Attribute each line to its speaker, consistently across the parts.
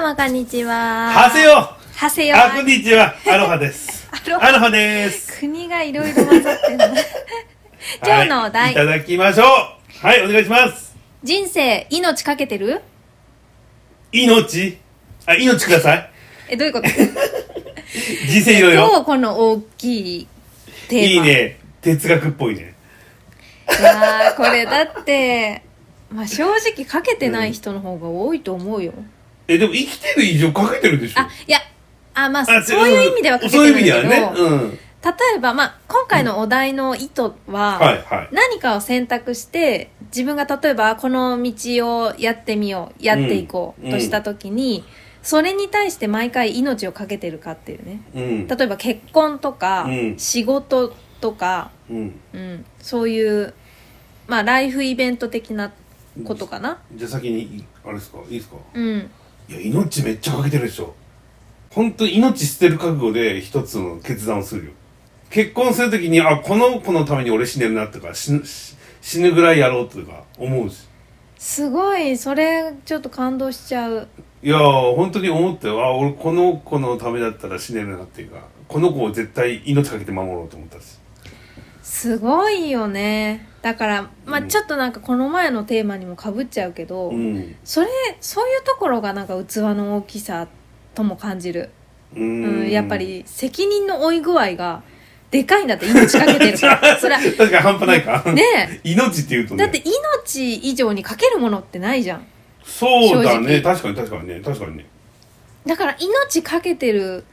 Speaker 1: もこんにちは。
Speaker 2: はせよ
Speaker 1: はせよ。
Speaker 2: あ、こんにちは。アロハです。
Speaker 1: アロハ
Speaker 2: アロハです。
Speaker 1: 国がいろいろ混ざ ってるな。今日のお
Speaker 2: はい。
Speaker 1: 題、
Speaker 2: いただきましょう。はい、お願いします。
Speaker 1: 人生命かけてる
Speaker 2: 命あ、命ください。
Speaker 1: えどういう こと？
Speaker 2: 人生いろいろ。
Speaker 1: 今日この大きいテーマ。
Speaker 2: いい。ね。哲学っぽいね。
Speaker 1: いやーこれだって まあ正直かけてない人の方が多いと思うよ。
Speaker 2: え、でも生きてる以上かけてるでしょ
Speaker 1: あいやあまあ
Speaker 2: あ
Speaker 1: そういう意味ではかけて
Speaker 2: そ
Speaker 1: な
Speaker 2: う
Speaker 1: いいう
Speaker 2: 意味
Speaker 1: け
Speaker 2: で
Speaker 1: ど、
Speaker 2: はね。うん。
Speaker 1: 例えばまあ今回のお題の意図は。
Speaker 2: はい、はい。
Speaker 1: 何かを選択して自分が例えばこの道をやってみようやっていこうとした時に、それに対して毎回命をかけてるかっていうね
Speaker 2: うん。
Speaker 1: 例えば結婚とか、
Speaker 2: うん
Speaker 1: 仕事とか、
Speaker 2: うん。
Speaker 1: うん、そういうまあライフイベント的なことかな。
Speaker 2: じゃあ先に、あれですかいいですか
Speaker 1: うん、
Speaker 2: いや、命めっちゃかけてるでしょ。本当に命捨てる覚悟で一つの決断をするよ。結婚するときに、あ、この子のために俺死ねるなとか、死ぬ、し死ぬぐらいやろうとか思うし。
Speaker 1: すごいそれちょっと感動しちゃう
Speaker 2: いやー、本当に思ったよ。あ、俺この子のためだったら死ねるなっていうか、この子を絶対命かけて守ろうと思ったし。
Speaker 1: すごいよねだからまあ
Speaker 2: うん
Speaker 1: ちょっとなんかこの前のテーマにもかぶっちゃうけど、
Speaker 2: うん。
Speaker 1: それそういうところがなんか器の大きさとも感じる、
Speaker 2: う
Speaker 1: うん
Speaker 2: ーん
Speaker 1: やっぱ。り責任の負い具合がでかいんだって命かけてるからそれはね
Speaker 2: 確かに半端ないか。
Speaker 1: え
Speaker 2: 命って言うとね。
Speaker 1: だって命以上にかけるものってないじゃん
Speaker 2: そうだ
Speaker 1: 正直
Speaker 2: ね。確かに確かにね。確かにね。
Speaker 1: だから命かけてる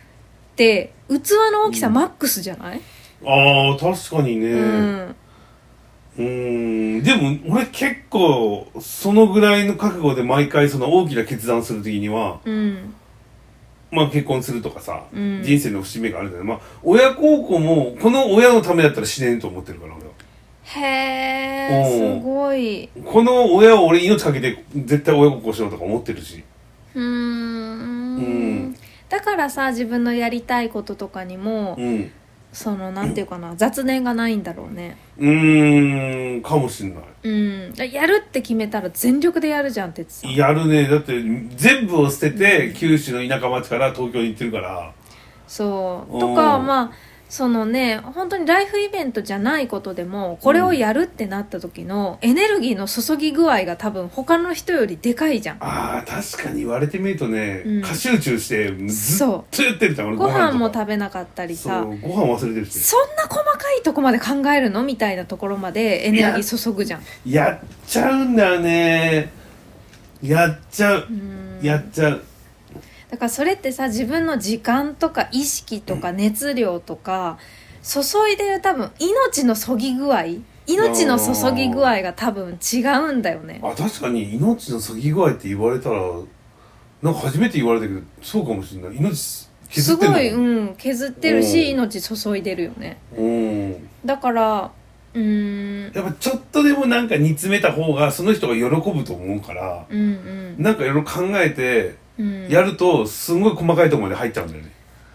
Speaker 1: って器の大きさマックスじゃない、
Speaker 2: あー、確かにね。
Speaker 1: うん
Speaker 2: うーんでも俺結構そのぐらいの覚悟で毎回その大きな決断する時には、
Speaker 1: うん
Speaker 2: まあ、結婚するとかさ、
Speaker 1: うん
Speaker 2: 人生の節目があるじゃない、まあ、親孝行もこの親のためだったら死ねんと思ってるから俺は
Speaker 1: へえ
Speaker 2: うん
Speaker 1: すごい
Speaker 2: この親を俺命かけて絶対親孝行しようとか思ってるし
Speaker 1: うーん
Speaker 2: うん
Speaker 1: だからさ自分のやりたいこととかにも、
Speaker 2: うん
Speaker 1: そのなんていうかな雑念がないんだろうね
Speaker 2: うーんかもしんな
Speaker 1: うん、やるって決めたら全力でやるじゃんってさん
Speaker 2: いやるねだって全部を捨てて九州の田舎町から東京に行ってるから
Speaker 1: そう
Speaker 2: おー
Speaker 1: とかまあそのね本当にライフイベントじゃないことでもこれをやるってなった時のエネルギーの注ぎ具合が多分他の人よりでかいじゃん
Speaker 2: あー確かに言われてみるとね、
Speaker 1: うん
Speaker 2: 過集中してずっ
Speaker 1: そ
Speaker 2: とやってるじゃん
Speaker 1: う
Speaker 2: 俺
Speaker 1: ご飯
Speaker 2: と
Speaker 1: も
Speaker 2: か
Speaker 1: 食べなかったりさ
Speaker 2: そうご飯忘れてるし
Speaker 1: そんな細かいとこまで考えるのみたいなところまでエネルギー注ぐじゃん
Speaker 2: やっちゃうんだよねやっちゃう
Speaker 1: うん
Speaker 2: やっちゃう
Speaker 1: だからそれってさ自分の時間とか意識とか熱量とか、注いでる多分命のそぎ具合命の注ぎ具合が多分違うんだよね。
Speaker 2: あ確かに命の削ぎ具合って言われたらなんか初めて言われたけどそうかもしれない命削
Speaker 1: す
Speaker 2: ってん
Speaker 1: ご
Speaker 2: のか
Speaker 1: い、うん、削ってるし
Speaker 2: う
Speaker 1: 命注いでるよね。
Speaker 2: うん
Speaker 1: だからうーん
Speaker 2: やっぱちょっとでもなんか煮詰めた方がその人が喜ぶと思うから
Speaker 1: うんうん
Speaker 2: なんかいろいろ考えて
Speaker 1: うん
Speaker 2: やるとすごい細かいところまで入っちゃうんだよね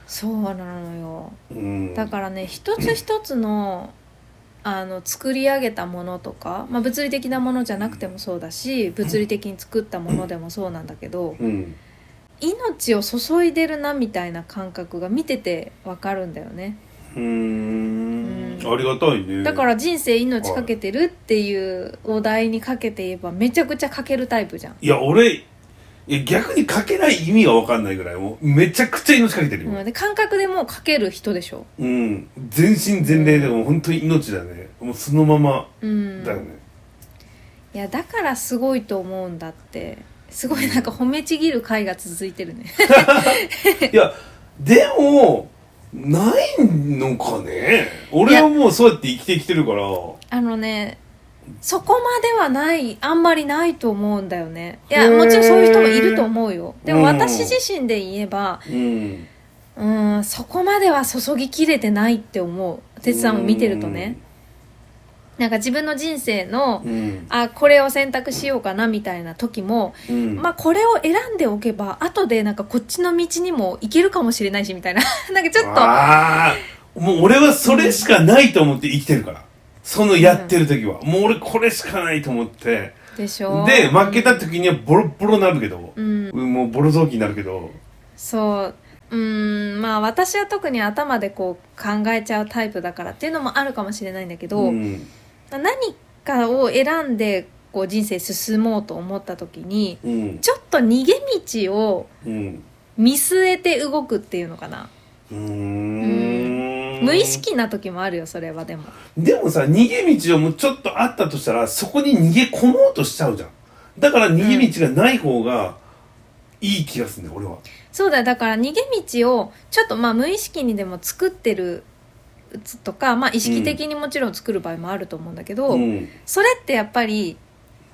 Speaker 1: そうなのよ。
Speaker 2: うん
Speaker 1: だからね一つ一つのあの作り上げたものとか、まあ、物理的なものじゃなくてもそうだし物理的に作ったものでもそうなんだけど。
Speaker 2: うん
Speaker 1: 命を注いでるなみたいな感覚が見ててわかるんだよね
Speaker 2: うー
Speaker 1: う
Speaker 2: ん
Speaker 1: ん
Speaker 2: ありがたいね
Speaker 1: だから人生命かけてるっていうお題にかけて言えばめちゃくちゃかけるタイプじゃん、
Speaker 2: いや、俺、いや逆にかけない意味がわかんないぐらい、もうめちゃくちゃ命かけてる
Speaker 1: う
Speaker 2: よ。
Speaker 1: ん、で感覚でもうかける人でしょ
Speaker 2: うん。全身全霊でもう本当に命だね。もうそのまま
Speaker 1: うん
Speaker 2: だよね。
Speaker 1: いやだからすごいと思うんだってすごいなんか褒めちぎる回が続いてるね
Speaker 2: いや、でも、ないのかね俺はもうそうやって生きてきてるから、
Speaker 1: あのねそこまではないあんまりないと思うんだよねいや
Speaker 2: へー
Speaker 1: もちろんそういう人もいると思うよでも
Speaker 2: うん
Speaker 1: 私自身で言えば、
Speaker 2: うん。
Speaker 1: うんそこまでは注ぎきれてないって思う哲さんを見てるとねなんか自分の人生の
Speaker 2: うん。
Speaker 1: あこれを選択しようかなみたいな時も、
Speaker 2: うん。
Speaker 1: まあこれを選んでおけば後でなんかこっちの道にも行けるかもしれないしみたいな なんかちょっと
Speaker 2: ああ、もう俺はそれしかないと思って生きてるから。そのやってる時は。もう俺これしかないと思って、
Speaker 1: でしょ
Speaker 2: で負けた時にはボロボロになるけど
Speaker 1: う、ん
Speaker 2: もうボロ雑巾になるけど
Speaker 1: そううんまあ私は特に頭でこう考えちゃうタイプだからっていうのもあるかもしれないんだけど、
Speaker 2: ん
Speaker 1: 何かを選んでこう人生進もうと思った時に
Speaker 2: うん
Speaker 1: ちょっと逃げ道を
Speaker 2: うん
Speaker 1: 見据えて動くっていうのかな、
Speaker 2: うーん
Speaker 1: 無意識な時もあるよそれはでも
Speaker 2: でもさ逃げ道をもうちょっとあったとしたらそこに逃げ込もうとしちゃうじゃんだから逃げ道がない方がいい気がするね、俺は
Speaker 1: そうだよだから逃げ道をちょっとまあ無意識にでも作ってるとか、まあ、意識的にもちろん作る場合もあると思うんだけど、
Speaker 2: ん、
Speaker 1: それってやっぱり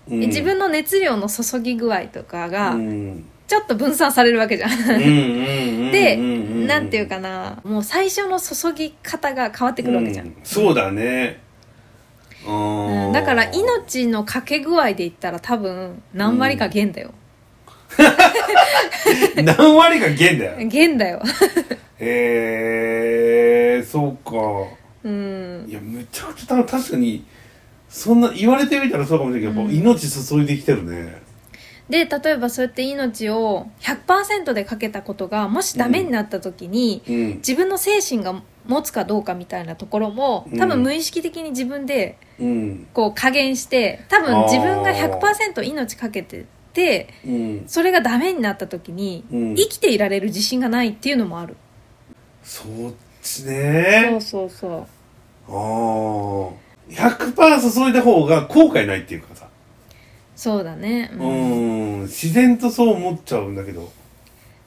Speaker 2: うん
Speaker 1: 自分の熱量の注ぎ具合とかが
Speaker 2: うん
Speaker 1: ちょっと分散されるわけじゃん。 で
Speaker 2: で
Speaker 1: なんていうかなもう最初の注ぎ方が変わってくるわけじゃん。
Speaker 2: そうだねう
Speaker 1: うん
Speaker 2: ん
Speaker 1: だから命のかけ具合で言ったら多分何割か減だよ。
Speaker 2: 何割が減だよ
Speaker 1: 減だよ。
Speaker 2: へえー、そうか
Speaker 1: うん。
Speaker 2: いやめちゃくちゃ多分確かにそんな言われてみたらそうかもしれないけど、
Speaker 1: うん
Speaker 2: やっぱ命注いできてるね
Speaker 1: で例えばそうやって命を100%でかけたことがもしダメになった時に、
Speaker 2: うん
Speaker 1: 自分の精神が持つかどうかみたいなところも多
Speaker 2: うん
Speaker 1: 分無意識的に自分で
Speaker 2: うん
Speaker 1: こう加減して多
Speaker 2: あー
Speaker 1: 分自分が100%命かけてて
Speaker 2: うん
Speaker 1: それがダメになった時に
Speaker 2: うん
Speaker 1: 生きていられる自信がないっていうのもある、
Speaker 2: そっちね
Speaker 1: うそうそ
Speaker 2: あー100%注いだ方が後悔ないっていうかさ
Speaker 1: うそうだね、
Speaker 2: う
Speaker 1: うん
Speaker 2: ん自然とそう思っちゃうんだけど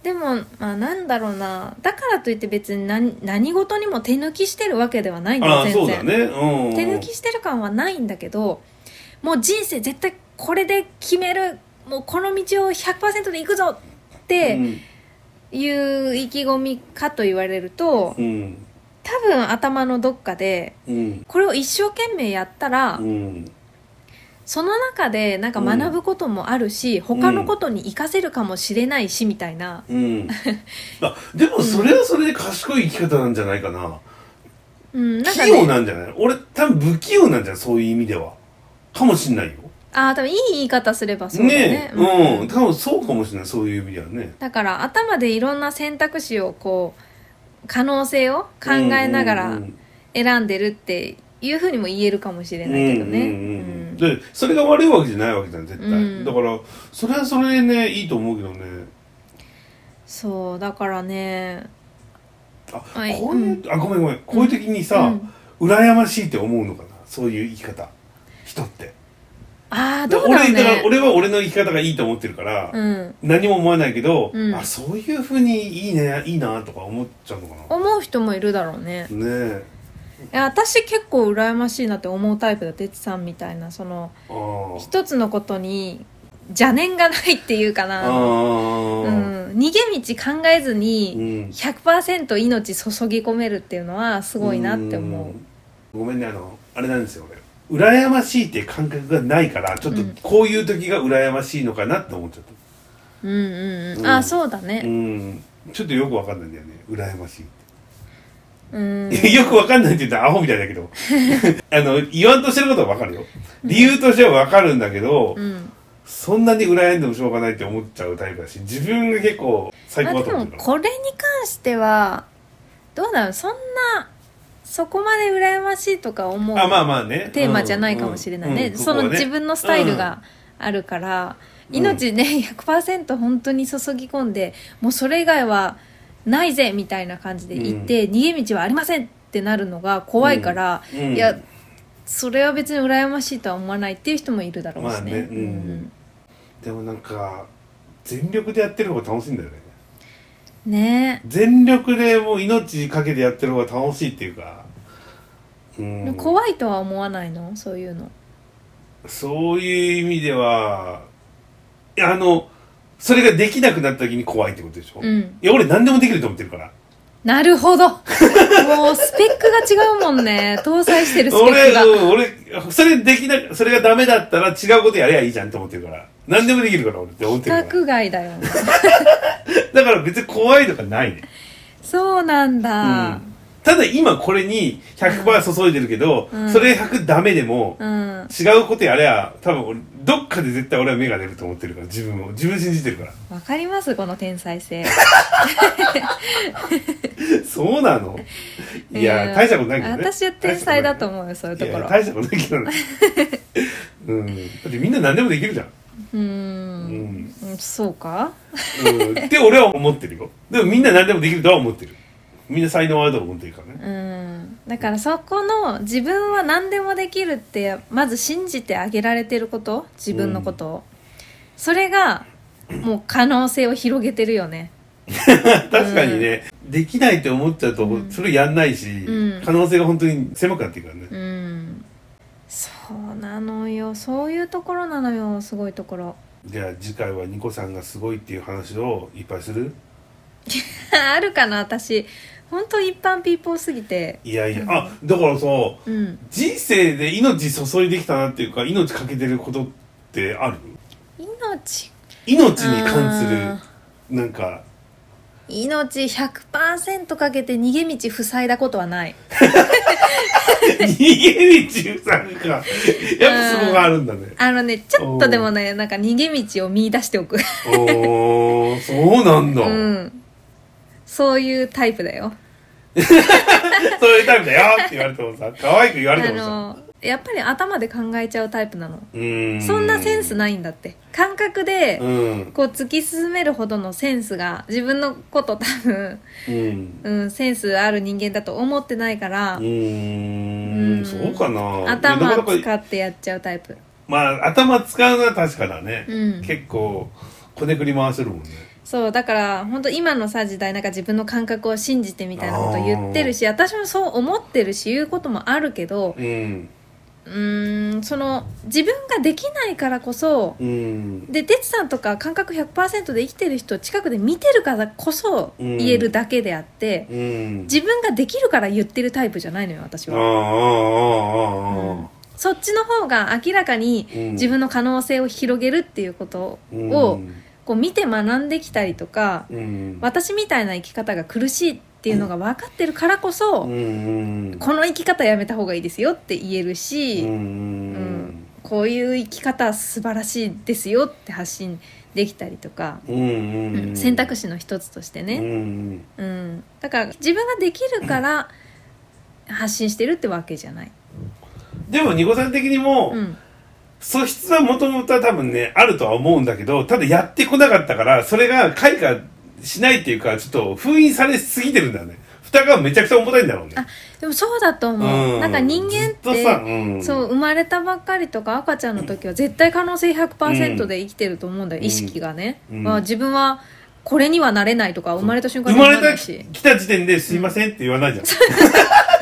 Speaker 1: でもまあなんだろうなだからといって別に何何事にも手抜きしてるわけではないんだ
Speaker 2: あ
Speaker 1: よ
Speaker 2: あー
Speaker 1: 全
Speaker 2: そう
Speaker 1: 然
Speaker 2: だねうん
Speaker 1: 手抜きしてる感はないんだけどもう人生絶対これで決めるもうこの道を100%で行くぞっていう意気込みかと言われると
Speaker 2: うんうん
Speaker 1: 多分頭のどっかで
Speaker 2: うん
Speaker 1: これを一生懸命やったら、
Speaker 2: うん
Speaker 1: その中でなんか学ぶこともあるし、他のことに活かせるかもしれないしみたいな、
Speaker 2: うん、あでもそれはそれで賢い生き方なんじゃないかな、
Speaker 1: うん、なんか
Speaker 2: 器用
Speaker 1: ね
Speaker 2: なんじゃない俺多分不器用なんじゃないそういう意味ではかもしんないよ
Speaker 1: ああ多分いい言い方すればそうだ
Speaker 2: ね
Speaker 1: ね
Speaker 2: えうん、多分そうかもしれないそういう意味ではね
Speaker 1: だから頭でいろんな選択肢をこう可能性を考えながら
Speaker 2: うんうんうん
Speaker 1: 選んでるっていうふうにも言えるかもしれないけどね。
Speaker 2: うんうんうんでそれが悪いわけじゃないわけじゃん絶対、
Speaker 1: うん
Speaker 2: だからそれはそれでねいいと思うけどね
Speaker 1: そうだからね
Speaker 2: あ、
Speaker 1: はい
Speaker 2: こういう、あごめんごめんこういう時にさ、羨ましいって思うのかなそういう生き方人って
Speaker 1: ああどうだろう
Speaker 2: 俺だから
Speaker 1: ね。
Speaker 2: 俺は俺の生き方がいいと思ってるから、
Speaker 1: うん、
Speaker 2: 何も思わないけど、
Speaker 1: うん
Speaker 2: あそういうふうにいいねいいなとか思っちゃうのかな
Speaker 1: 思う人もいるだろうね。
Speaker 2: ねえ
Speaker 1: いや私結構羨ましいなって思うタイプだてつさんみたいなその
Speaker 2: あー
Speaker 1: 一つのことに邪念がないっていうか
Speaker 2: あ
Speaker 1: な、う
Speaker 2: ー
Speaker 1: ん、逃げ道考えず
Speaker 2: う
Speaker 1: に
Speaker 2: ん
Speaker 1: 100%命注ぎ込めるっていうのはすごいなって思う。
Speaker 2: うんごめんねあのあれなんですよ俺羨ましいっていう感覚がないからちょっとこういう時が羨ましいのかなって思っちゃっ
Speaker 1: うんうんう
Speaker 2: うん
Speaker 1: ん、あそうだ
Speaker 2: た、う
Speaker 1: ね
Speaker 2: ん、ちょっとよくわかんないんだよね羨ましいって
Speaker 1: うん
Speaker 2: いやよくわかんないって言 ったらアホみたいだけど あの言わんとしてることはわかるよ理由としてはわかるんだけど、
Speaker 1: うん
Speaker 2: そんなに羨んでもしょうがないって思っちゃうタイプだし自分が結構最高
Speaker 1: あ
Speaker 2: だ
Speaker 1: で
Speaker 2: と
Speaker 1: も
Speaker 2: 思ってるから
Speaker 1: これに関してはどうだろうそんなそこまで羨ましいとか思う
Speaker 2: あまあまあね
Speaker 1: テーマじゃないかもしれないね,、その自分のスタイル、があるから、
Speaker 2: うん
Speaker 1: 命ね100%本当に注ぎ込んでもうそれ以外はないぜみたいな感じで言って、逃げ道はありませんってなるのが怖いから、
Speaker 2: うんうん
Speaker 1: いやそれは別に羨ましいとは思わないっていう人もいるだろうしね,、
Speaker 2: まあねうんでもなんか全力でやってる方が楽しいんだよね
Speaker 1: うんね
Speaker 2: 全力でもう命かけてやってる方が楽しいっていうかうん
Speaker 1: 怖いとは思わないのそういうの
Speaker 2: そういう意味ではいやあのそれができなくなった時に怖いってことでしょ、
Speaker 1: う
Speaker 2: い
Speaker 1: ん
Speaker 2: や俺何でもできると思ってるから
Speaker 1: なるほどもうスペックが違うもんね搭載してるスペッ
Speaker 2: 俺
Speaker 1: クが
Speaker 2: うん俺それできなそれがダメだったら違うことやりゃいいじゃんって思ってるから何でもできるから俺って思ってる
Speaker 1: 規
Speaker 2: から
Speaker 1: 格外だよ
Speaker 2: だから別に怖いとかないね
Speaker 1: そうなんだ、
Speaker 2: うんただ今これに100%注いでるけど、
Speaker 1: うん
Speaker 2: それ100ダメでも、
Speaker 1: うん
Speaker 2: 違うことやれや多分俺どっかで絶対俺は目が出ると思ってるから自分を自分信じてるから
Speaker 1: わかりますこの天才性
Speaker 2: そうなのいや、
Speaker 1: うん
Speaker 2: 大したことないけどね
Speaker 1: 私は天才だと思うよそういうと
Speaker 2: い
Speaker 1: こ
Speaker 2: や
Speaker 1: ろ
Speaker 2: 大したことないけどね うんだってみんな何でもできるじゃん、
Speaker 1: う
Speaker 2: うんん
Speaker 1: うんそうか
Speaker 2: うん、って俺は思ってるよでもみんな何でもできるとは思ってるみんな才能あるとは思ってるからね
Speaker 1: うんだからそこの自分は何でもできるってまず信じてあげられてること自分のことを、それがもう可能性を広げてるよね
Speaker 2: 確かにね、できないって思っちゃうと、
Speaker 1: うん
Speaker 2: それやんないし、
Speaker 1: うん
Speaker 2: 可能性が本当に狭くなっていくからね、
Speaker 1: うんそうなのよそういうところなのよすごいところ
Speaker 2: じゃあ次回はニコさんがすごいっていう話をいっぱいする
Speaker 1: あるかな私本当一般ピーポーすぎて
Speaker 2: いやいや、あだからさ
Speaker 1: うん
Speaker 2: 人生で命注いできたなっていうか命かけてることってある
Speaker 1: 命
Speaker 2: 命に関するなんか
Speaker 1: 命100%かけて逃げ道塞いだことはない
Speaker 2: 逃げ道さんかやっぱそこがあるんだね
Speaker 1: あのねちょっとでもねなんか逃げ道を見出しておく
Speaker 2: おーそうなんだ、
Speaker 1: うんそういうタイプだよ
Speaker 2: そういうタイプだよって言われてもさ可愛く言わ
Speaker 1: あ
Speaker 2: れてもさ
Speaker 1: のやっぱり頭で考えちゃうタイプなの
Speaker 2: うーん
Speaker 1: そんなセンス
Speaker 2: い
Speaker 1: ないんだって感覚で
Speaker 2: うん
Speaker 1: こう突き進めるほどのセンスが自分のこと多分、
Speaker 2: うん
Speaker 1: うん、センスある人間だと思ってないから
Speaker 2: うー
Speaker 1: うんん
Speaker 2: そうかなな
Speaker 1: 頭
Speaker 2: かなか
Speaker 1: 使ってやっちゃうタイプ
Speaker 2: まあ頭使うのは確かだね、
Speaker 1: うん
Speaker 2: 結構こねくり回せるもんね
Speaker 1: そうだから本当今のさ時代なんか自分の感覚を信じてみたいなこと言ってるし私もそう思ってるし言うこともあるけど
Speaker 2: うん
Speaker 1: うーんその自分ができないからこそ
Speaker 2: うん
Speaker 1: で哲さんとか感覚100%で生きてる人を近くで見てるからこそ
Speaker 2: うん
Speaker 1: 言えるだけであって、
Speaker 2: うん
Speaker 1: 自分ができるから言ってるタイプじゃないのよ私
Speaker 2: ああ
Speaker 1: は、
Speaker 2: ああああ
Speaker 1: そっちの方が明らかに
Speaker 2: うん
Speaker 1: 自分の可能性を広げるっていうことを、こう見て学んできたりとか、
Speaker 2: うん
Speaker 1: 私みたいな生き方が苦しいっていうのが分かってるからこそ、
Speaker 2: うんうん
Speaker 1: この生き方やめた方がいいですよって言えるし、
Speaker 2: うん
Speaker 1: うんこういう生き方素晴らしいですよって発信できたりとか、
Speaker 2: うんうん
Speaker 1: うん選択肢の一つとして
Speaker 2: 肢
Speaker 1: ね、うんだから自分ができるから発信してるってわけじゃない。
Speaker 2: でもニコさん的にも
Speaker 1: うん
Speaker 2: 素質はもともとは多分ねあるとは思うんだけどただやってこなかったからそれが開花しないっていうかちょっと封印されすぎてるんだよね蓋がめちゃくちゃ重たいんだろうね
Speaker 1: あでもそうだと思う、
Speaker 2: うん
Speaker 1: なんか人間っ
Speaker 2: ずとさ
Speaker 1: て
Speaker 2: うん
Speaker 1: そう生まれたばっかりとか赤ちゃんの時は絶対可能性100%で生きてると思うんだよ、
Speaker 2: うん
Speaker 1: 意識がね、
Speaker 2: うん
Speaker 1: まあ、自分はこれにはなれないとか生まれた瞬間
Speaker 2: 生
Speaker 1: には
Speaker 2: ま
Speaker 1: な
Speaker 2: れ
Speaker 1: らな
Speaker 2: た
Speaker 1: いし
Speaker 2: 来た時点で「すいません」って言わないじゃん。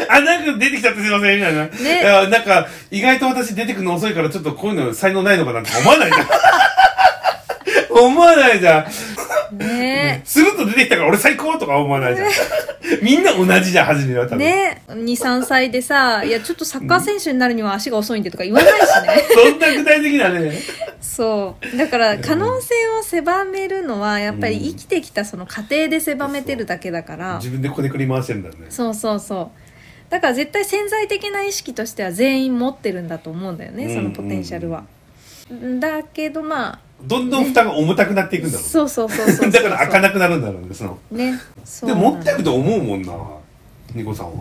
Speaker 2: あなんか出てきちゃってすいませんみたいな、
Speaker 1: ね
Speaker 2: いやなんか意外と私出てくの遅いからちょっとこういうの才能ないのかなって思わないじゃん思わないじゃん
Speaker 1: ね
Speaker 2: すると出てきたから俺最高とか思 わないじゃんみんな同じじゃん初めは多分、
Speaker 1: ね23歳でさ「いやちょっとサッカー選手になるには足が遅いんで」とか言わないしね
Speaker 2: そんな具体的なね
Speaker 1: そうだから可能性を狭めるのはやっぱり生きてきたその過程で狭めてるだけだから
Speaker 2: 自分でこねくり回してるんだよね
Speaker 1: そうそうそうだから絶対潜在的な意識としては全員持ってるんだと思うんだよね、
Speaker 2: うん
Speaker 1: そのポテンシャルは。だけどま
Speaker 2: どんどん蓋が重たくなってい
Speaker 1: あ
Speaker 2: くんだろう
Speaker 1: そうそうそうそうそう
Speaker 2: だから開かなくなるんだろうねその
Speaker 1: ねそう
Speaker 2: で
Speaker 1: なの
Speaker 2: も持ってると思うもんなニコさんは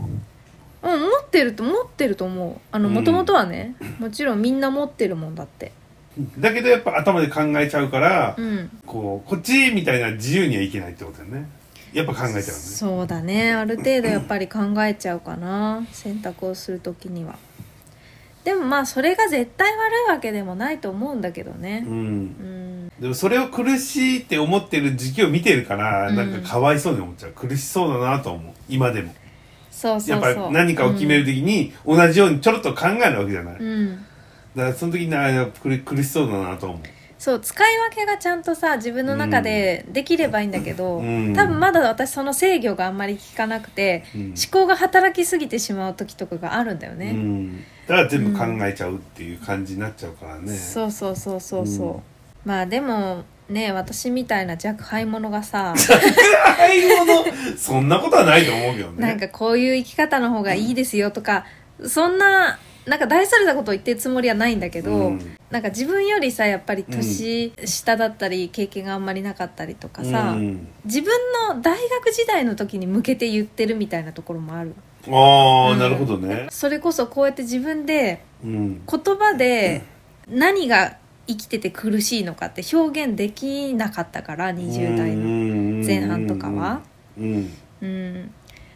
Speaker 1: うん持ってると持ってると思うあの
Speaker 2: うん
Speaker 1: もともとはねもちろんみんな持ってるもんだって
Speaker 2: だけどやっぱ頭で考えちゃうから、
Speaker 1: うん
Speaker 2: こうこっちみたいな自由にはいけないってことだよねやっぱ考えちゃうね
Speaker 1: そうだねある程度やっぱり考えちゃうかな選択をする時にはでもまあそれが絶対悪いわけでもないと思うんだけどね
Speaker 2: うん
Speaker 1: うん
Speaker 2: でもそれを苦しいって思ってる時期を見てるから、
Speaker 1: うん
Speaker 2: なんかかわいそうに思っちゃう苦しそうだなと思う今でも
Speaker 1: そうそ
Speaker 2: やっ
Speaker 1: う
Speaker 2: ぱ
Speaker 1: そ
Speaker 2: り
Speaker 1: う
Speaker 2: 何かを決める時に同じようにちょろっと考えるわけじゃない、
Speaker 1: う
Speaker 2: だか
Speaker 1: んうん
Speaker 2: らその時にあー苦苦しそうだなと思う
Speaker 1: そう使い分けがちゃんとさ自分の中でできればいいんだけど、
Speaker 2: うん
Speaker 1: 多分まだ私その制御があんまり効かなくて、
Speaker 2: うん
Speaker 1: 思考が働きすぎてしまう時とかがあるんだよ
Speaker 2: う
Speaker 1: ね、
Speaker 2: ん、だから全部考えちゃうっていう感じになっちゃうからね、
Speaker 1: そうそうそうそうそう、
Speaker 2: うん
Speaker 1: まあでもね私みたいな若輩者が さ
Speaker 2: 買い物そんなことはないと思うけどね
Speaker 1: なんかこういう生き方の方がいいですよとか、そんななんか大それたことを言ってるつもりはないんだけど、
Speaker 2: うん
Speaker 1: なんか自分よりさやっぱり年下だったり、経験があんまりなかったりとかさ、
Speaker 2: うん、
Speaker 1: 自分の大学時代の時に向けて言ってるみたいなところもある
Speaker 2: ああ、
Speaker 1: うん
Speaker 2: なるほどね
Speaker 1: それこそこうやって自分で
Speaker 2: うん
Speaker 1: 言葉で何が生きてて苦しいのかって表現できなかったから20代の
Speaker 2: の
Speaker 1: 前半とかは。
Speaker 2: うん
Speaker 1: うん、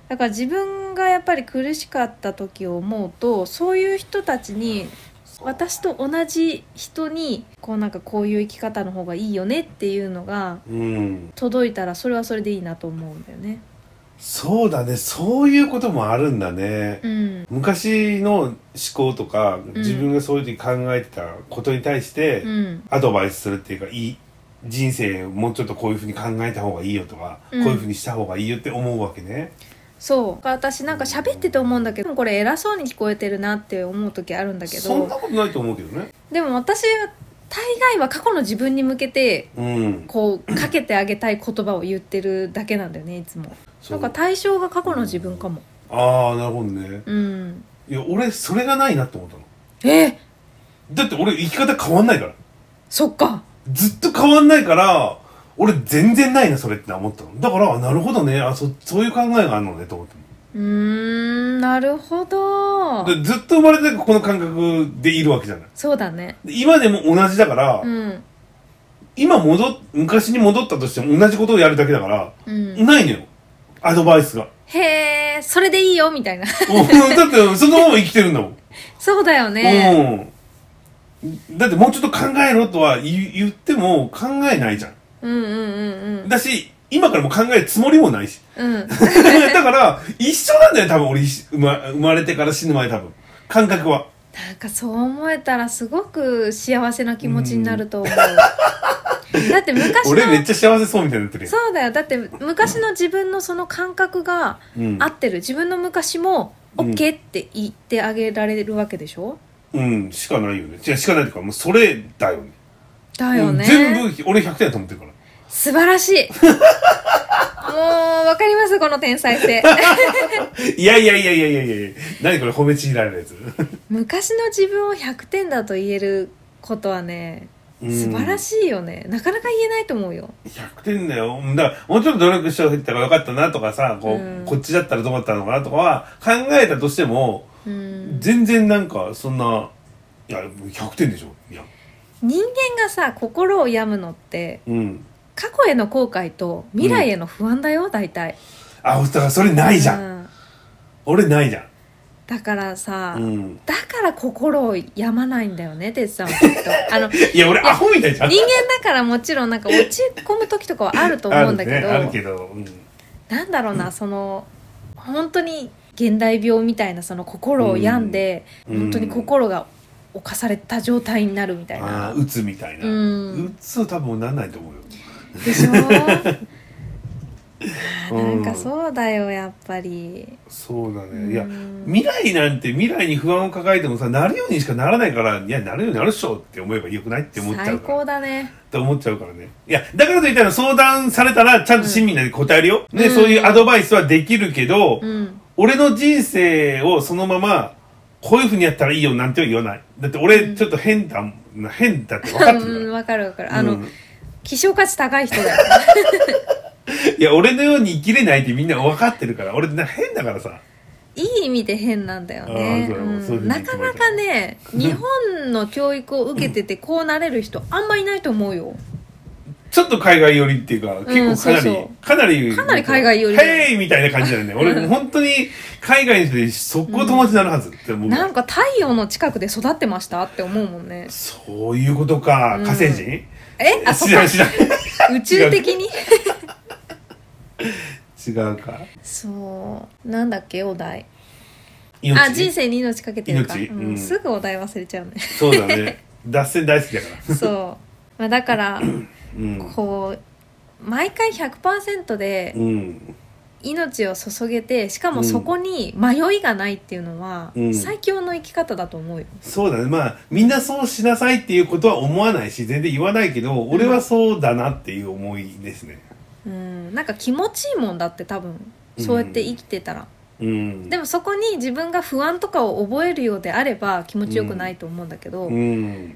Speaker 1: だから自分がやっぱり苦しかった時を思うとそういう人たちに私と同じ人にこうなんかこういう生き方の方がいいよねっていうのが
Speaker 2: うん
Speaker 1: 届いたらそれはそれでいいなと思うんだよね。
Speaker 2: そうだねそういうこともあるんだね、
Speaker 1: うん、
Speaker 2: 昔の思考とか
Speaker 1: ん
Speaker 2: 自分がそういう時考えてたことに対して、
Speaker 1: うん、
Speaker 2: アドバイスするっていうかいい人生もうちょっとこういうふうに考えた方がいいよとか、
Speaker 1: うん
Speaker 2: こういうふうにした方がいいよって思うわけね。
Speaker 1: そうだから私なんか喋ってて思うんだけどこれ偉そうに聞こえてるなって思う時あるんだけ
Speaker 2: そんな
Speaker 1: ど
Speaker 2: ことないと思うけどね。
Speaker 1: でも私は大概は過去の自分に向けて
Speaker 2: うん。
Speaker 1: こうかけてあげたい言葉を言ってるだけなんだよねいつも。
Speaker 2: そ
Speaker 1: な
Speaker 2: うん
Speaker 1: か対象が過去の自分かも。
Speaker 2: ああなるほどね。
Speaker 1: うん。
Speaker 2: いや俺それがないなって思ったの。
Speaker 1: え、
Speaker 2: だって俺生き方変わんないから。
Speaker 1: そっか。
Speaker 2: ずっと変わんないから俺全然ないなそれって思ったの。だからあなるほどねあそそういう考えがあるのねと思った
Speaker 1: うー
Speaker 2: の。
Speaker 1: ん、なるほど。
Speaker 2: でずっと生まれてこの感覚でいるわけじゃない。
Speaker 1: そうだね。
Speaker 2: で今でも同じだから、
Speaker 1: うん。
Speaker 2: 今戻っ昔に戻ったとしても同じことをやるだけだから。
Speaker 1: うん。
Speaker 2: ないのよアドバイスが
Speaker 1: へえ、それでいいよ、みたいな。
Speaker 2: うん だってそのまま生きてるんだもん、
Speaker 1: そうだよね。
Speaker 2: うんだってもうちょっと考えろとは言言っても考えないじゃん
Speaker 1: うんうんうん
Speaker 2: だし今からも考えるつもりもな いし
Speaker 1: うん。うん。
Speaker 2: だから一緒なんだよ多分俺いし生ま生まれてから死ぬ前多分感覚は
Speaker 1: なんかそう思えたらすごく幸せな気持ちになると思う。だって昔
Speaker 2: 俺めっ
Speaker 1: の、
Speaker 2: ちゃ幸せそうみたいになってるよ
Speaker 1: そうだよ。だって昔の自分のその感覚が
Speaker 2: うん
Speaker 1: 合ってる。自分の昔も、
Speaker 2: う
Speaker 1: オ
Speaker 2: ん
Speaker 1: ッケーって言ってあげられるわけでしょ
Speaker 2: うんしかないよねいやしかないというかもうそれだよね
Speaker 1: だよね。
Speaker 2: うん全部俺100点だと思ってるから
Speaker 1: 素晴らしいもうわかりますこの天才性
Speaker 2: いやいやいやいやいやいやいや何これ褒めちぎられるやつ
Speaker 1: 昔の自分を100点だと言えることはね素晴ら
Speaker 2: い
Speaker 1: しいよね、なかなか言えないと思うよ
Speaker 2: 100点だよ。だから、もうちょっと努力しておいたらよかったなとかさ、こう、
Speaker 1: うん
Speaker 2: こっちだったらどうだったのかなとかは、考えたとしても、
Speaker 1: うん
Speaker 2: 全然なんか、そんな、いや、100点でしょ。いや、
Speaker 1: 人間がさ心を病むのって
Speaker 2: うん。
Speaker 1: 過去への後悔と未来への不安だよ、大体
Speaker 2: あ、だからそれないじゃん。
Speaker 1: うん
Speaker 2: 俺ないじゃ
Speaker 1: だからさ、
Speaker 2: ん。うん。
Speaker 1: だから心を病まないんだよね哲さんはき っとあの
Speaker 2: いや、俺アホみたいじゃん。
Speaker 1: 人間だからもちろんなんか落ち込む時とかはあると思うんだけど
Speaker 2: あるね、あるけど、うん。
Speaker 1: なんだろうな、その本当に現代病みたいなその心を病んで、
Speaker 2: うん
Speaker 1: 本当に心が侵された状態になるみたい
Speaker 2: ああ、
Speaker 1: な、
Speaker 2: うつみたいな。
Speaker 1: うん
Speaker 2: うつは多分なんないと思うよ。
Speaker 1: で しょな
Speaker 2: うん
Speaker 1: んかそうだよやっぱり
Speaker 2: そうだね。いや
Speaker 1: う、ん
Speaker 2: 未来なんて未来に不安を抱えてもさ、なるようにしかならないから、いや、なるようになるっしょって思えばよくないって思っちゃうから。
Speaker 1: 最高だね
Speaker 2: って思っちゃうからね。いや、だからといったら相談されたらちゃんと親身なり答えるよ。ね、
Speaker 1: うん
Speaker 2: そういうアドバイスはできるけど、
Speaker 1: うん
Speaker 2: 俺の人生をそのまま、こういうふうにやったらいいよなんては言わない。だって
Speaker 1: う
Speaker 2: 俺
Speaker 1: ん
Speaker 2: ちょっと変だ、変だって分かって
Speaker 1: う
Speaker 2: る
Speaker 1: ん
Speaker 2: か
Speaker 1: わかるわかる、
Speaker 2: ら。
Speaker 1: あ
Speaker 2: う
Speaker 1: の
Speaker 2: ん
Speaker 1: 希少価値高い人だよね
Speaker 2: いや、俺のように生きれないってみんな分かってるから、俺な変だからさ。
Speaker 1: いい意味で変なんだよね
Speaker 2: あーそう
Speaker 1: うん
Speaker 2: そういうふうに言
Speaker 1: な
Speaker 2: って
Speaker 1: か
Speaker 2: もら
Speaker 1: な
Speaker 2: えた
Speaker 1: かね日本の教育を受けててこうなれる人あんまいないと思うよ
Speaker 2: ちょっと海外寄りっていうか、結構かなり、
Speaker 1: そうそう
Speaker 2: かなり、
Speaker 1: かなり海外寄りだよ
Speaker 2: ヘイみたいな感じだよね。俺、本当に海外の人で速攻友達になるはずって思うから。
Speaker 1: なんか太陽の近くで育ってましたって思うもんね
Speaker 2: そういうことか、火星人、
Speaker 1: えあそっ
Speaker 2: 知らん知らん
Speaker 1: か宇宙的に
Speaker 2: 違うか
Speaker 1: そうなんだっけお題
Speaker 2: 命
Speaker 1: あ人生に命かけてるか、
Speaker 2: 命
Speaker 1: うん
Speaker 2: うん
Speaker 1: すぐお題忘れちゃうね
Speaker 2: そうだね脱線大好きだから
Speaker 1: そう、まあ、だから
Speaker 2: うん
Speaker 1: こう毎回100%で
Speaker 2: うん
Speaker 1: 命を注げてしかもそこに迷いがないっていうのは、
Speaker 2: うん
Speaker 1: 最強の生き方だと思うよ。
Speaker 2: そうだねまあみんなそうしなさいっていうことは思わないし全然言わないけど俺はそうだなっていう思いですね
Speaker 1: うん、なんか気持ちいいもんだって多分そうやって生きてたら、
Speaker 2: うん
Speaker 1: でもそこに自分が不安とかを覚えるようであれば気持ちよくないと思うんだけど、
Speaker 2: うん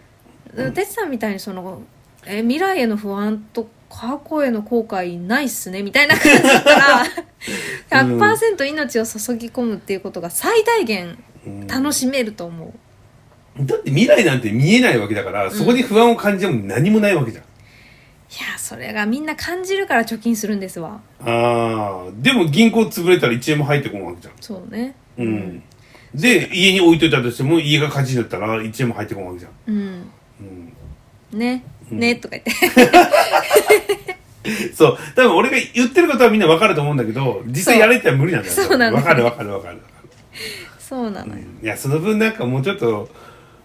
Speaker 1: うん哲さんみたいにそのえ未来への不安と過去への後悔ないっすねみたいな感じだ ったら
Speaker 2: うん
Speaker 1: 100%命を注ぎ込むっていうことが最大限
Speaker 2: うん
Speaker 1: 楽しめると思う、
Speaker 2: だって未来なんて見えないわけだから、そこに不安を感じても何もないわけじゃん
Speaker 1: いやそれがみんな感じるから貯金するんですわ
Speaker 2: あーでも銀行潰れたら1円も入ってこんわけじゃん
Speaker 1: そうね
Speaker 2: うん、で家に置いといたとしても家が火事だったら1円も入ってこんわけじゃ
Speaker 1: う
Speaker 2: ん、
Speaker 1: ん
Speaker 2: うん、
Speaker 1: ね
Speaker 2: うん
Speaker 1: ねとか言って
Speaker 2: そう多分俺が言ってることはみんな分かると思うんだけど実際やれって言ったら無理なんだよ
Speaker 1: そうそうなんだ
Speaker 2: 分かる分かる分かる
Speaker 1: そうなのよ、
Speaker 2: いやその分なんかもうちょっと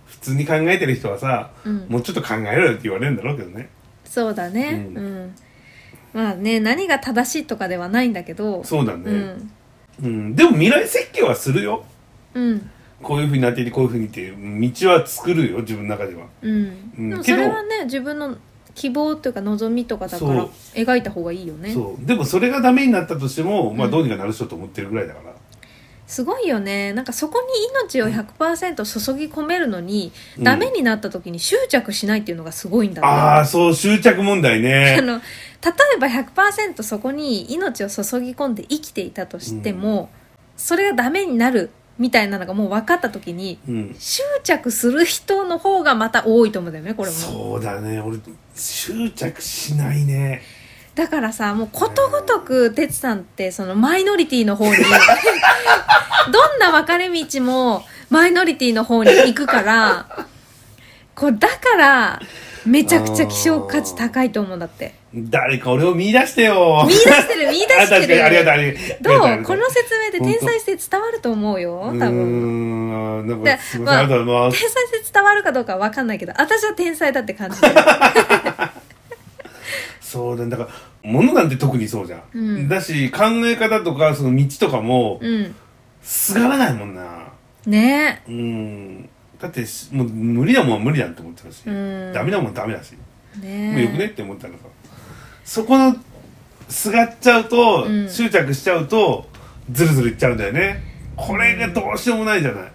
Speaker 2: 普通に考えてる人はさ、
Speaker 1: うん
Speaker 2: もうちょっと考えろよって言われるんだろうけどね
Speaker 1: そうだね
Speaker 2: う
Speaker 1: うんん、まあね何が正しいとかではないんだけど
Speaker 2: そうだね、
Speaker 1: うん
Speaker 2: うん、でも未来設計はするよ
Speaker 1: うん
Speaker 2: こういうふうになっていてこういうふうにっていう道は作るよ自分の中では
Speaker 1: うん、
Speaker 2: うん
Speaker 1: でも
Speaker 2: け
Speaker 1: そ
Speaker 2: ど
Speaker 1: れはね自分の希望というか望みとかだか
Speaker 2: そ
Speaker 1: ら
Speaker 2: う
Speaker 1: 描いた方がいいよね
Speaker 2: そうでもそれがダメになったとしても、まあ、どうにかなる人と思ってるぐらいだから、
Speaker 1: すごいよねなんかそこに命を100%注ぎ込めるのに、
Speaker 2: うん
Speaker 1: ダメになった時に執着しないっていうのがすごいんだね
Speaker 2: ああそう執着問
Speaker 1: あ
Speaker 2: 題ね
Speaker 1: の例えば100%そこに命を注ぎ込んで生きていたとしても、それがダメになるみたいなのがもう分かった時に
Speaker 2: うん
Speaker 1: 執着する人の方がまた多いと思うんだよねこれも
Speaker 2: そうだね俺執着しないね
Speaker 1: だからさもうことごとく哲さんってそのマイノリティの方に どんな分かれ道もマイノリティの方に行くからこうだからめちゃくちゃ希少価値高いと思うんだって
Speaker 2: 誰か俺を見出してよ
Speaker 1: 見出してる見出
Speaker 2: あ
Speaker 1: して
Speaker 2: 確かにありがとう
Speaker 1: る
Speaker 2: ありがとう
Speaker 1: ど
Speaker 2: あり
Speaker 1: う
Speaker 2: がと
Speaker 1: こ
Speaker 2: う
Speaker 1: の説明で天才性伝わると思うよ多
Speaker 2: う
Speaker 1: 分
Speaker 2: ーんあーなん
Speaker 1: で
Speaker 2: かすごいませんありがとうございます
Speaker 1: 天才性伝わるかどうかは分かんないけど私は天才だって感じてる
Speaker 2: そうだねだから物なんて特にそうじゃん、
Speaker 1: うん
Speaker 2: だし考え方とかその道とかも
Speaker 1: うん
Speaker 2: すがらないもんな
Speaker 1: ね
Speaker 2: うんだってしもう無理なもんは無理だって思ってたし、
Speaker 1: うん
Speaker 2: ダメなもんはダメだし、
Speaker 1: ね
Speaker 2: もうよくねって思ったらさそこのすがっちゃうと、
Speaker 1: うん
Speaker 2: 執着しちゃうとズルズルいっちゃうんだよねこれがどうしようもないじゃない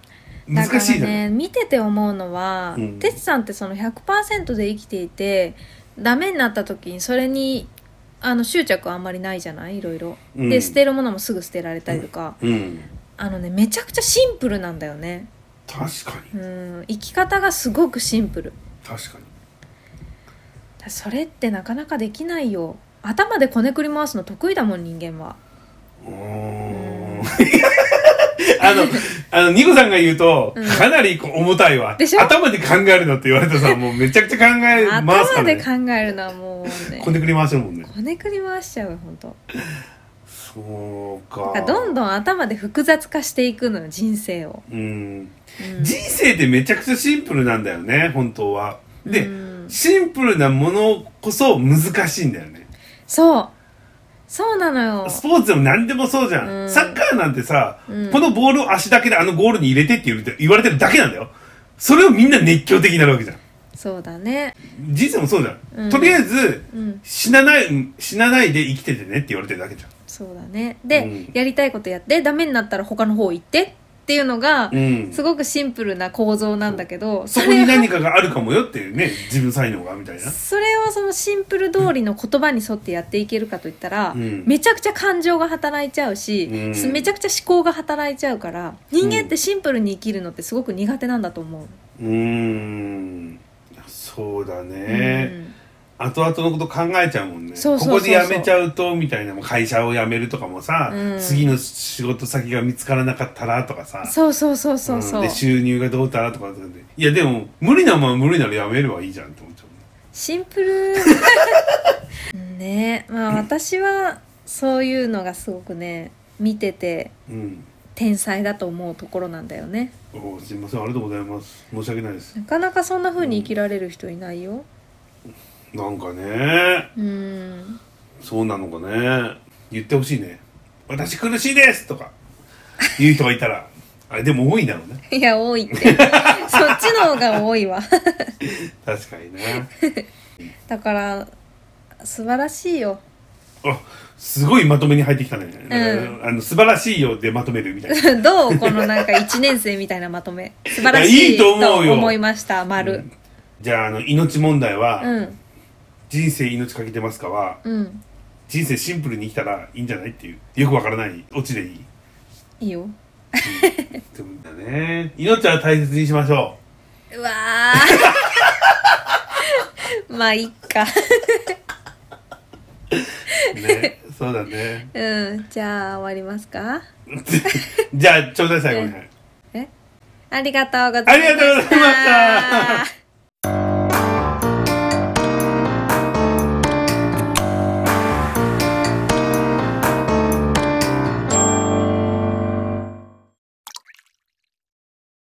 Speaker 2: 難しいじ
Speaker 1: だか
Speaker 2: ゃな
Speaker 1: らね
Speaker 2: い、
Speaker 1: 見てて思うのは
Speaker 2: うん
Speaker 1: 哲、さんってその100%で生きていてダメになった時にそれにあの執着はあんまりないじゃないいろいろ、
Speaker 2: うん
Speaker 1: で捨てるものもすぐ捨てられたりとか、
Speaker 2: うん
Speaker 1: あのねめちゃくちゃシンプルなんだよね
Speaker 2: 確かに
Speaker 1: うん生き方がすごくシンプル
Speaker 2: 確かに
Speaker 1: だそれってなかなかできないよ頭でこねくり回すの得意だもん人間は
Speaker 2: うーんあの、あの、ニコさんが言うと、
Speaker 1: うん
Speaker 2: かなりこう重たいわ。
Speaker 1: でしょ
Speaker 2: 頭で考えるのって言われたらさ、もうめちゃくちゃ考え回すか
Speaker 1: 頭
Speaker 2: ら
Speaker 1: で
Speaker 2: ね
Speaker 1: 考。えるのはもうね
Speaker 2: こねくり回してるもんね。
Speaker 1: こねくり回しちゃうよほんと
Speaker 2: そう
Speaker 1: だ
Speaker 2: か。
Speaker 1: からどんどん頭で複雑化していくのよ人生を、
Speaker 2: うん。
Speaker 1: うん
Speaker 2: 人生ってめちゃくちゃシンプルなんだよね、本当は。で、
Speaker 1: うん
Speaker 2: シンプルなものこそ難しいんだよね。
Speaker 1: そうそうなのよ
Speaker 2: スポーツでも何でもそうじゃん。
Speaker 1: うん
Speaker 2: サッカーなんてさ、
Speaker 1: うん
Speaker 2: このボールを足だけであのゴールに入れてって言われて言われてるだけなんだよ。それをみんな熱狂的になるわけじゃん。
Speaker 1: そうだね
Speaker 2: 人生もそうじゃん、
Speaker 1: うん
Speaker 2: とりあえず
Speaker 1: うん
Speaker 2: 死なない死なないで生きててねって言われてるだけじゃん
Speaker 1: そうだねで、
Speaker 2: うん
Speaker 1: やりたいことやってダメになったら他の方行ってっていうのが、
Speaker 2: うん
Speaker 1: すごくシンプルな構造なんだけど
Speaker 2: そこに何かがあるかもよっていうね自分才能がみたいな
Speaker 1: それをそのシンプル通りの言葉に沿ってやっていけるかといったら、
Speaker 2: うん
Speaker 1: めちゃくちゃ感情が働いちゃうし、
Speaker 2: うん
Speaker 1: すめちゃくちゃ思考が働いちゃうから人間ってシンプルに生きるのってすごく苦手なんだと思う。
Speaker 2: うーんそうだね、後々のこと考えちゃうもんね
Speaker 1: そうそうそうそう
Speaker 2: ここで辞めちゃうとみたいなもう会社を辞めるとかもさ、
Speaker 1: うん
Speaker 2: 次の仕事先が見つからなかったらとかさ
Speaker 1: うん、そうそうそうそうそう、
Speaker 2: うんで収入がどうたらとかとかでいやでも無理なもんは無理なら辞めればいいじゃんって思っちゃう
Speaker 1: シンプル ねまあ私はそういうのがすごくね見てて
Speaker 2: うん
Speaker 1: 天才だと思うところなんだよね
Speaker 2: おーすいませんありがとうございます申し訳ないです
Speaker 1: なかなかそんな風に生きられる人いないよ
Speaker 2: なんかね
Speaker 1: うん
Speaker 2: そうなのかね言ってほしいね私苦しいですとか言う人がいたらあれでも多いんだろうね
Speaker 1: いや多 いってそっちの方が多いわ
Speaker 2: 確か にね
Speaker 1: だから素晴らしいよ
Speaker 2: あすごいまとめに入ってきたね、
Speaker 1: ん
Speaker 2: あの素晴らしいようでまとめるみたいな
Speaker 1: どうこのなんか1年生みたいなまとめ素晴らし
Speaker 2: い
Speaker 1: い
Speaker 2: やいいと
Speaker 1: と
Speaker 2: 思うよ
Speaker 1: 思いました丸
Speaker 2: じゃああの命問題は、
Speaker 1: うん
Speaker 2: 人生命かけてますかは
Speaker 1: うん
Speaker 2: 人生シンプルに生きたらいいんじゃないっていうよくわからないオチでいい
Speaker 1: いいよ
Speaker 2: ってことだね命は大切にしましょ
Speaker 1: うわー まあいっか
Speaker 2: うねそうだね
Speaker 1: うんじゃあ終わりますか
Speaker 2: じゃあちょうだい最後に、
Speaker 1: えありがとうございました
Speaker 2: ありがとうございました